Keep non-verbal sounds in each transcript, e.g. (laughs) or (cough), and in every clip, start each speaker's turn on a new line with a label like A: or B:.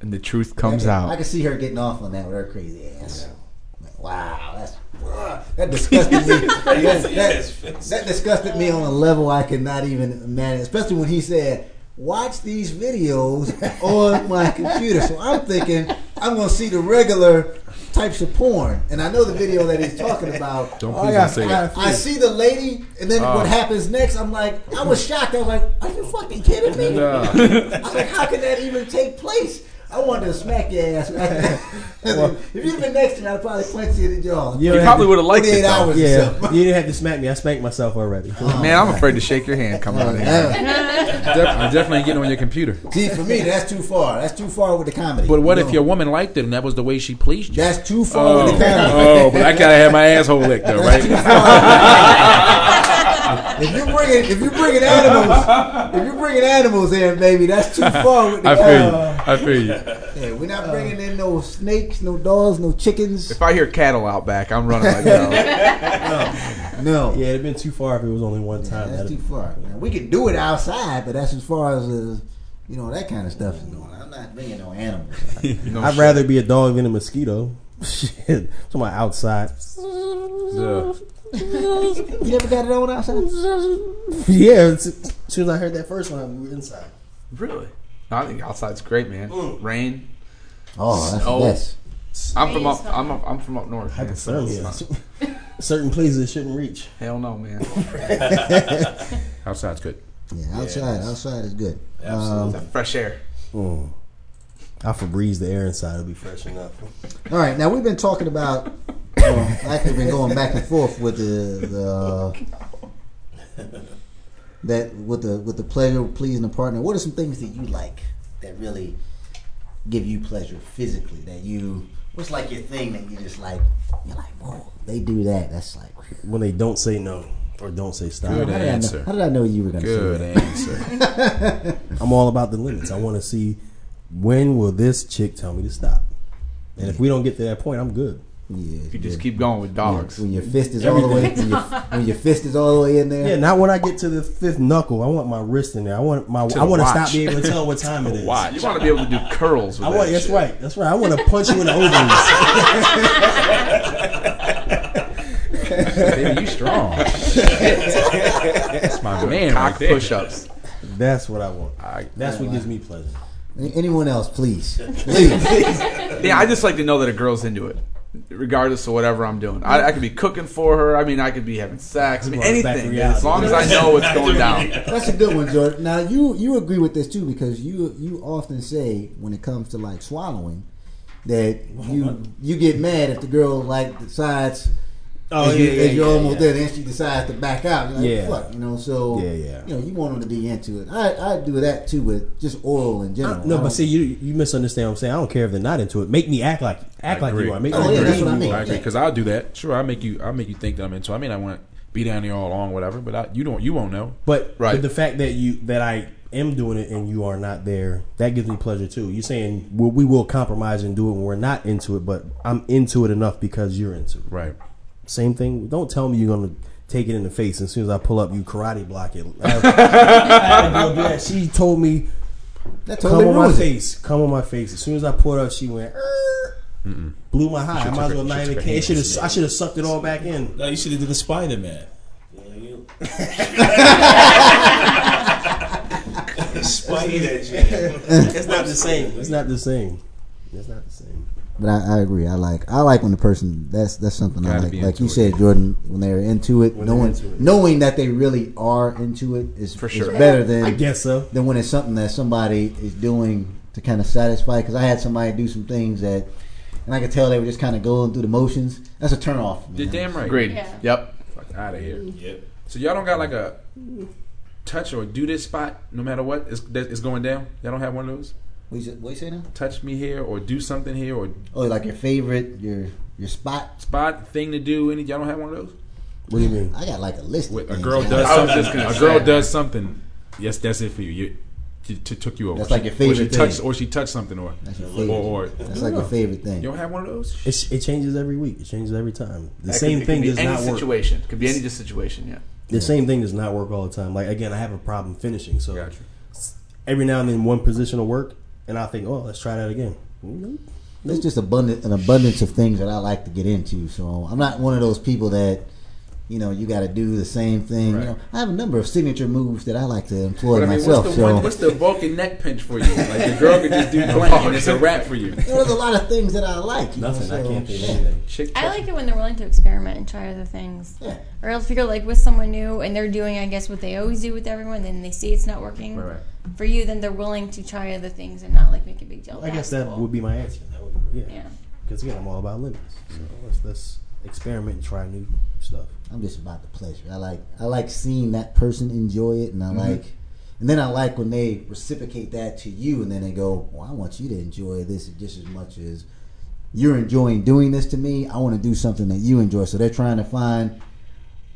A: and the truth comes
B: I can- I
A: out.
B: can see her getting off on that with her crazy ass. Like, wow, that's ugh, that disgusted me. that, that, that disgusted me on a level I could not even imagine. Especially when he said, "Watch these videos on my computer." So I'm thinking I'm going to see the regular types of porn, and I know the video that he's talking about.
A: Don't
C: Oh,
A: please
C: yeah,
A: don't say
C: I-
A: that.
B: I see the lady, and then
A: Oh.
B: what happens next? I'm like, I was shocked. I was like, "Are you fucking kidding me?"
A: No.
B: (laughs) I was like, how can that even take place? I wanted to smack your ass. (laughs) if you'd have been next to me, I'd probably punch you in the jaw.
C: You
A: You
C: don't have
A: probably
C: to-
A: would have liked it
B: 48
A: though.
B: hours or
C: Yeah,
B: something. (laughs)
C: you didn't have to smack me. I smacked myself already.
A: Man, I'm afraid to shake your hand coming out of here. I'm def- I'm definitely getting on your computer.
B: Uh, See, for me, that's too far. That's too far with the comedy.
D: But what if
B: No.
D: your woman liked it and that was the way she pleased you?
B: That's too far
A: Oh,
B: with the comedy.
A: oh,
D: (laughs)
A: but I gotta have my asshole licked though,
B: That's too
A: right?
B: far. (laughs) if you bring it, if you bring in animals, if you bring in animals in, baby, that's too far with the
A: I feel you.
B: comedy.
A: I feel you.
B: Yeah, we're not bringing in no snakes, no dogs, no chickens.
A: If I hear cattle out back, I'm running like hell.
B: No,
C: (laughs) Yeah, it'd been too far if it was only one time.
B: That's
C: That'd-
B: too far. Now, we can do it outside, but that's as far as uh, you know that kind of stuff is going. I'm not bringing no animals.
A: No
C: I'd
A: shit.
C: rather be a dog than a mosquito. (laughs) Shit, talking about outside. (laughs)
A: Yeah.
B: you never got it on outside.
C: Yeah, as soon as I heard that first one, we were inside.
A: Really? No, I think outside's great, man. Rain.
B: Oh, that's
A: Oh.
B: the best.
A: I'm from up.
E: Rain's
A: I'm up, I'm from up north. Man, so it's not-
C: Hypothermia. (laughs) Certain places it shouldn't reach.
A: hell no, man.
D: Outside's good.
B: Yeah, outside, outside is good. Um,
A: It's that fresh air.
C: Mm. I for breeze the air inside. It'll be fresh enough.
B: All right, now we've been talking about. Uh, actually, been going back and forth with the, the uh, that with the with the pleasure of pleasing a partner. What are some things that you like that really give you pleasure physically? That you what's like your thing that you just like? You're like, whoa, they do that. That's like,
C: When they don't say no or don't say stop,
D: Good
B: how did, I know,
D: answer.
B: how did I know you were gonna
D: Good
B: say that?
D: answer.
C: I'm all about the limits. I want to see when will this chick tell me to stop. And if we don't get to that point, I'm good.
B: Yeah,
A: You just keep going with dogs.
B: When your fist is all the way, when your, when your fist is all the way in there.
C: Yeah, not when I get to the fifth knuckle. I want my wrist in there. I want my.
A: To
C: I want to
A: watch.
C: stop being able to
A: (laughs)
C: tell what time it is.
A: Why? You want to be able to do curls with
C: I want.
A: that
C: That's
A: shit.
C: right. That's right. I want to
A: (laughs)
C: punch you in the ovaries.
A: Baby, you strong. That's my man. Cock push-ups.
C: That's what I want.
A: I,
C: That's what gives me pleasure.
B: Any- Anyone else, please, please.
A: yeah, I just like to know that a girl's into it, regardless of whatever I'm doing. I, I could be cooking for her. I mean, I could be having sex. I mean,
C: Well, it's back to
A: anything.
C: reality.
A: As long as I know what's going down.
B: That's a good one, Jordan. Now you you agree with this too because you you often say when it comes to like swallowing that you you get mad if the girl like decides
C: Oh
B: if
C: yeah,
B: you,
C: yeah,
B: if you're
C: yeah,
B: almost
C: yeah.
B: there then she decides to back out. You're like,
C: Yeah.
B: fuck, you know. So
C: Yeah, yeah.
B: you know you want them to be into it. I I do that too with just oral in general.
C: No,
B: I don't-
C: but see, you you misunderstand what I'm saying. I don't care if they're not into it. Make me act like act like you are. Make
B: Oh,
C: me
B: yeah, that's
C: believe
B: what I
C: you
B: mean.
C: are.
D: I agree because I'll do that. Sure, I make you. I make you think that I'm into. I mean, I want to be down here all along, whatever. But I, you don't. You won't know.
C: But,
A: Right.
C: but the fact that you that I am doing it and you are not there, that gives me pleasure too. You're saying we, we will compromise and do it when we're not into it, but I'm into it enough because you're into it.
D: Right.
C: Same thing. Don't tell me you're gonna take it in the face. As soon as I pull up, you karate block it. I have- I had a girl do that. She told me,
B: that
C: "Come
B: totally
C: on my
B: ruins it.
C: face, come on my face." As soon as I pulled up, she went. "Er." Blew my high. I might as well not even care. It should've- I should have sucked it all back in.
F: No, you should have did the Spider Man.
C: It's not the same. It's not the same. It's not the same.
B: But I, I agree. I like I like when the person that's that's something I
D: Gotta
B: like.
D: be
B: Like
D: into
B: you
D: it.
B: said, Jordan, when they're into it,
C: When they're
B: knowing
C: into it.
B: knowing that they really are into it is
A: For
B: is
A: sure.
B: better than
C: I guess so.
B: than when it's something that somebody is doing to kind of satisfy. Because I had somebody do some things that, and I could tell they were just kind of going through the motions. That's a turn off.
D: You're damn right.
A: Agreed.
E: Yeah.
A: Yep.
D: Fuck out of here.
F: Yep.
D: So y'all don't got like a touch or do this spot no matter what is that is going down. Y'all don't have one of those.
B: What you, say- what you say now?
D: Touch me here or do something here or
B: Oh, like your favorite, your your spot.
D: spot thing to do. Any y'all don't have one of those.
C: What do you mean?
B: I got like a list. of
D: What, a
B: things.
D: girl
B: I-
D: does
A: I was
D: something.
A: just gonna
D: a girl
A: say.
D: does something. Yes, that's it for you. You t- t- took you over.
B: That's like your
D: Or she
B: favorite
D: touched,
B: thing.
D: or she touched something, Oh, or
B: That's your
D: or,
B: favorite.
D: or
B: That's like your favorite thing.
D: you don't have one of those.
C: It, sh- it changes every week. It changes every time. The
A: That could-
C: same
A: it could
C: thing
A: be
C: does
A: any
C: not work.
A: situation. Could be any just situation. Yeah.
C: The same thing does not work all the time. Like again, I have a problem finishing. So
D: Gotcha.
C: every now and then, one position will work. and I think, oh, let's try that again. Nope.
B: There's just abundant an abundance of things that I like to get into. So I'm not one of those people that you know you got to do the same thing. You know, I have a number of signature moves that I like to employ
D: But I mean,
B: myself.
D: what's the
B: so
D: one, what's the Vulcan neck pinch for you? Like the girl
B: (laughs)
D: could just do plank and it's a wrap for you.
B: You know, there's a lot of things that I like. you know,
C: Nothing. I
B: so,
C: can't think
B: yeah.
C: of anything.
D: Chick
E: I like it when they're willing to experiment and try other things.
B: Yeah.
E: Or else if you're like with someone new and they're doing, I guess, what they always do with everyone, then they see it's not working
D: Right, right.
E: for you, then they're willing to try other things and not like make a big deal.
C: I guess
E: That's
C: that
E: cool.
C: would be my answer. That would, yeah.
E: Yeah.
C: Because again, I'm all about limits. So let's, let's experiment and try new stuff.
B: I'm just about the pleasure. I like I like seeing that person enjoy it,
C: Mm-hmm.
B: and I like, and then I like when they reciprocate that to you, and then they go, "Well, I want you to enjoy this just as much as you're enjoying doing this to me. I want to do something that you enjoy." So they're trying to find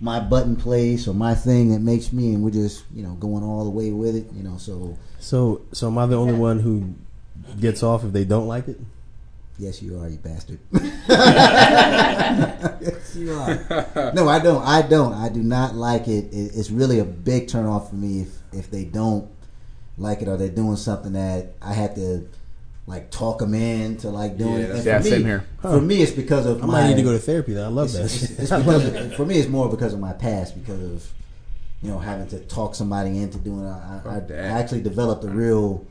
B: my button place or my thing that makes me, and we're just you know going all the way with it, you know. So
C: So, so am I the only one who gets off if they don't like it?
B: yes, you are, you bastard. yes, you are. No, I don't. I don't. I do not like it. it it's really a big turnoff for me if if they don't like it or they're doing something that I had to like talk them into like doing.
D: Yeah,
B: it. And
A: yeah,
B: for me,
A: same here.
B: For me, it's because of
C: I
B: my.
C: might need to go to therapy. Then I love
B: it's,
C: that.
B: it's- it's because of- for me, it's more because of my past because of you know having to talk somebody into doing. it. I, I,
D: Fuck
B: I
D: that.
B: actually developed a real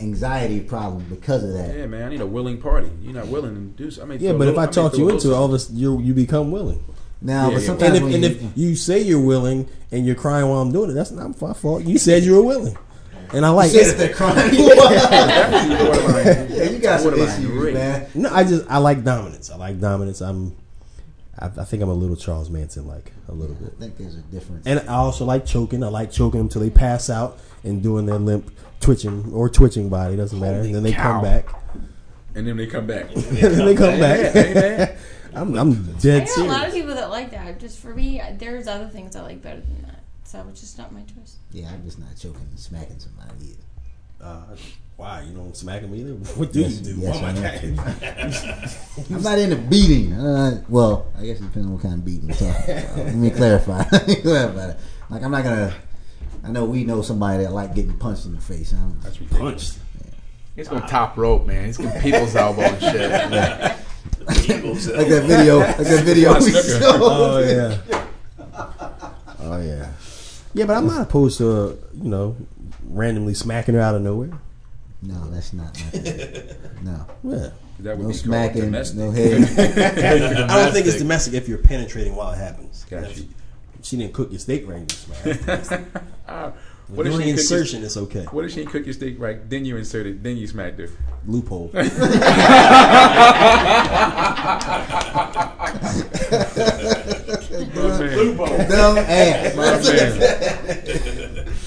B: anxiety problem because of that.
D: Yeah, man, I need a willing party. You're not willing to do so. I mean,
C: (laughs) yeah, but if I talk you into it, all of a sudden you you become willing.
B: Now,
D: Yeah,
B: but
D: yeah.
B: sometimes
C: And if,
B: when
C: and
B: you-
C: if you say you're willing and you're crying while I'm doing it, that's not my fault. You said you were willing, and I like.
B: Shit, if they're
C: (laughs)
D: (laughs)
B: crying. (laughs)
D: yeah,
B: yeah, you got some
D: What about
B: issues,
D: Rick?
B: man.
C: No, I just I like dominance. I like dominance. I'm, I, I think I'm a little Charles Manson like a little bit.
B: I think there's a difference.
C: And I also like choking. I like choking them till they pass out and doing their limp twitching or twitching body doesn't matter.
D: Holy
C: And then they
D: cow.
C: come back. (laughs)
D: and then they come back.
C: and then they come
D: Yeah,
C: back.
D: amen.
C: (laughs) I'm I'm
E: I
C: dead
E: know a lot of
C: serious.
E: people that like that. Just for me, I- there's other things I like better than that. So it's just not my choice.
B: yeah, I'm just not choking and smacking somebody either.
C: Uh, why you don't smack them either? (laughs) What do
B: Yes,
C: you do?
B: yes,
C: oh
B: I
C: my god! (laughs)
B: I'm not into beating. Uh, well, I guess it depends on what kind of beating. So,
C: (laughs)
B: let me clarify. (laughs) Let me clarify that. Like, I'm not gonna. I know we know somebody that like getting punched in the face. I don't,
D: That's ridiculous.
A: He's going top rope, man. He's going people's elbow and shit.
B: like that video. Like that
D: (laughs)
B: video we showed.
D: Uh,
C: Oh yeah. Oh yeah. Yeah, but I'm not opposed to uh, you know randomly smacking her out of nowhere.
B: No, that's not my thing.
D: (laughs)
B: No,
C: Yeah.
D: That
B: no
D: would be called
B: smacking,
D: domestic.
B: no
D: (laughs)
B: head. (laughs)
C: (laughs) I don't think it's domestic if you're penetrating while it happens.
D: Got
C: That's-
D: you.
C: She didn't cook your steak rings, (laughs) man.
D: What
C: During
D: if she cook your-
C: insertion, it's okay.
D: What if she cook your steak right? Then you insert it. Then you smacked her.
C: (laughs) Loophole.
B: (laughs) Dumb ass.
D: Man.
B: (laughs)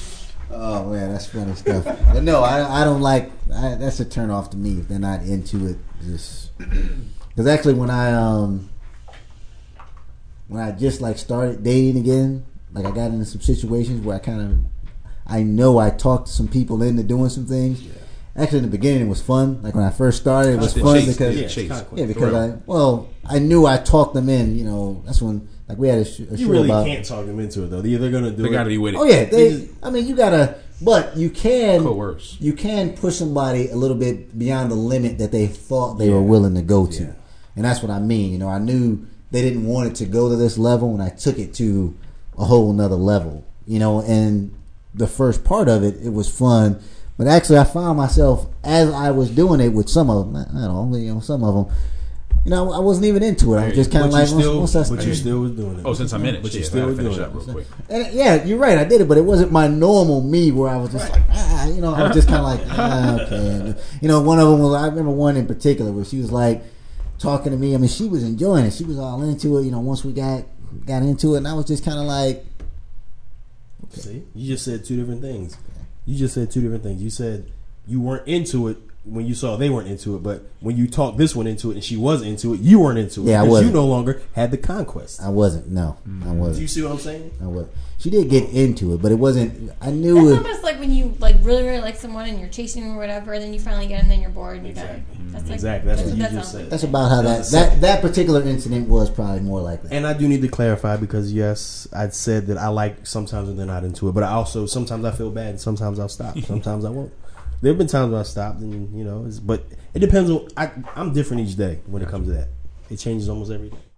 B: Oh man, that's funny stuff. But no, I, I don't like. I, that's a turn off to me if they're not into it. Just because actually, when I um when I just like started dating again, like I got into some situations where I kind of I know I talked some people into doing some things. Actually, in the beginning, it was fun. Like when I first started, it was
D: The
B: fun
D: chase,
B: because
D: the chase.
B: yeah,
D: For
B: because
D: real.
B: I well I knew I talked them in. You know, that's when like we had a, sh- a
C: You
B: show
C: really
B: about
C: can't talk them into it though. They're either gonna do
D: They
C: it.
D: got to be with it.
B: Oh yeah, they.
C: just-
B: I mean, you gotta, but you can
D: Coerce.
B: You can push somebody a little bit beyond the limit that they thought they were willing to go to,
C: Yeah.
B: and that's what I mean. You know, I knew they didn't want it to go to this level, and I took it to a whole nother level. You know, and the first part of it, it was fun, but actually, I found myself as I was doing it with some of them. Not not all, you know, some of them. You know, I wasn't even into it. I was just kind
C: But
B: of
C: you
B: like,
C: still,
B: once, once I
C: but you still was doing it.
D: Oh, since I'm in it,
C: But you
D: shit, I
C: still
D: gotta
C: were
D: finish
C: doing it.
D: up real quick.
B: And yeah, you're right. I did it, but it wasn't my normal me where I was just like, ah, you know, I was just kind of like, ah, okay. You know, one of them was, I remember one in particular where she was like talking to me. I mean, she was enjoying it. She was all into it. You know, once we got got into it, and I was just kind of like,
C: See, you just said two different things. You just said two different things. You said you weren't into it when you saw they weren't into it, but when you talked this one into it and she was into it, you weren't into it.
B: Yeah, I
C: 'cause You
B: wasn't.
C: no longer had the conquest.
B: I wasn't. No, I
C: Do you
B: wasn't.
C: see what I'm saying?
B: I wasn't. She did get into it, but it wasn't. I knew
E: That's
B: it.
E: almost like when you like really really like someone and you're chasing them or whatever, and then you finally get them, then you're bored and you're done. That's like,
C: Exactly. That's what you
E: that
C: just
E: sounds
C: said.
B: That's about how that
C: That's the
B: that that particular incident was probably more like that.
C: And I do need to clarify because yes, I said that I like sometimes when they're not into it, but I also sometimes I feel bad and sometimes I'll stop. Sometimes I won't. There have been times where I stopped, and you know, it's, but it depends on. I, I'm different each day when it comes to that. It changes almost every day.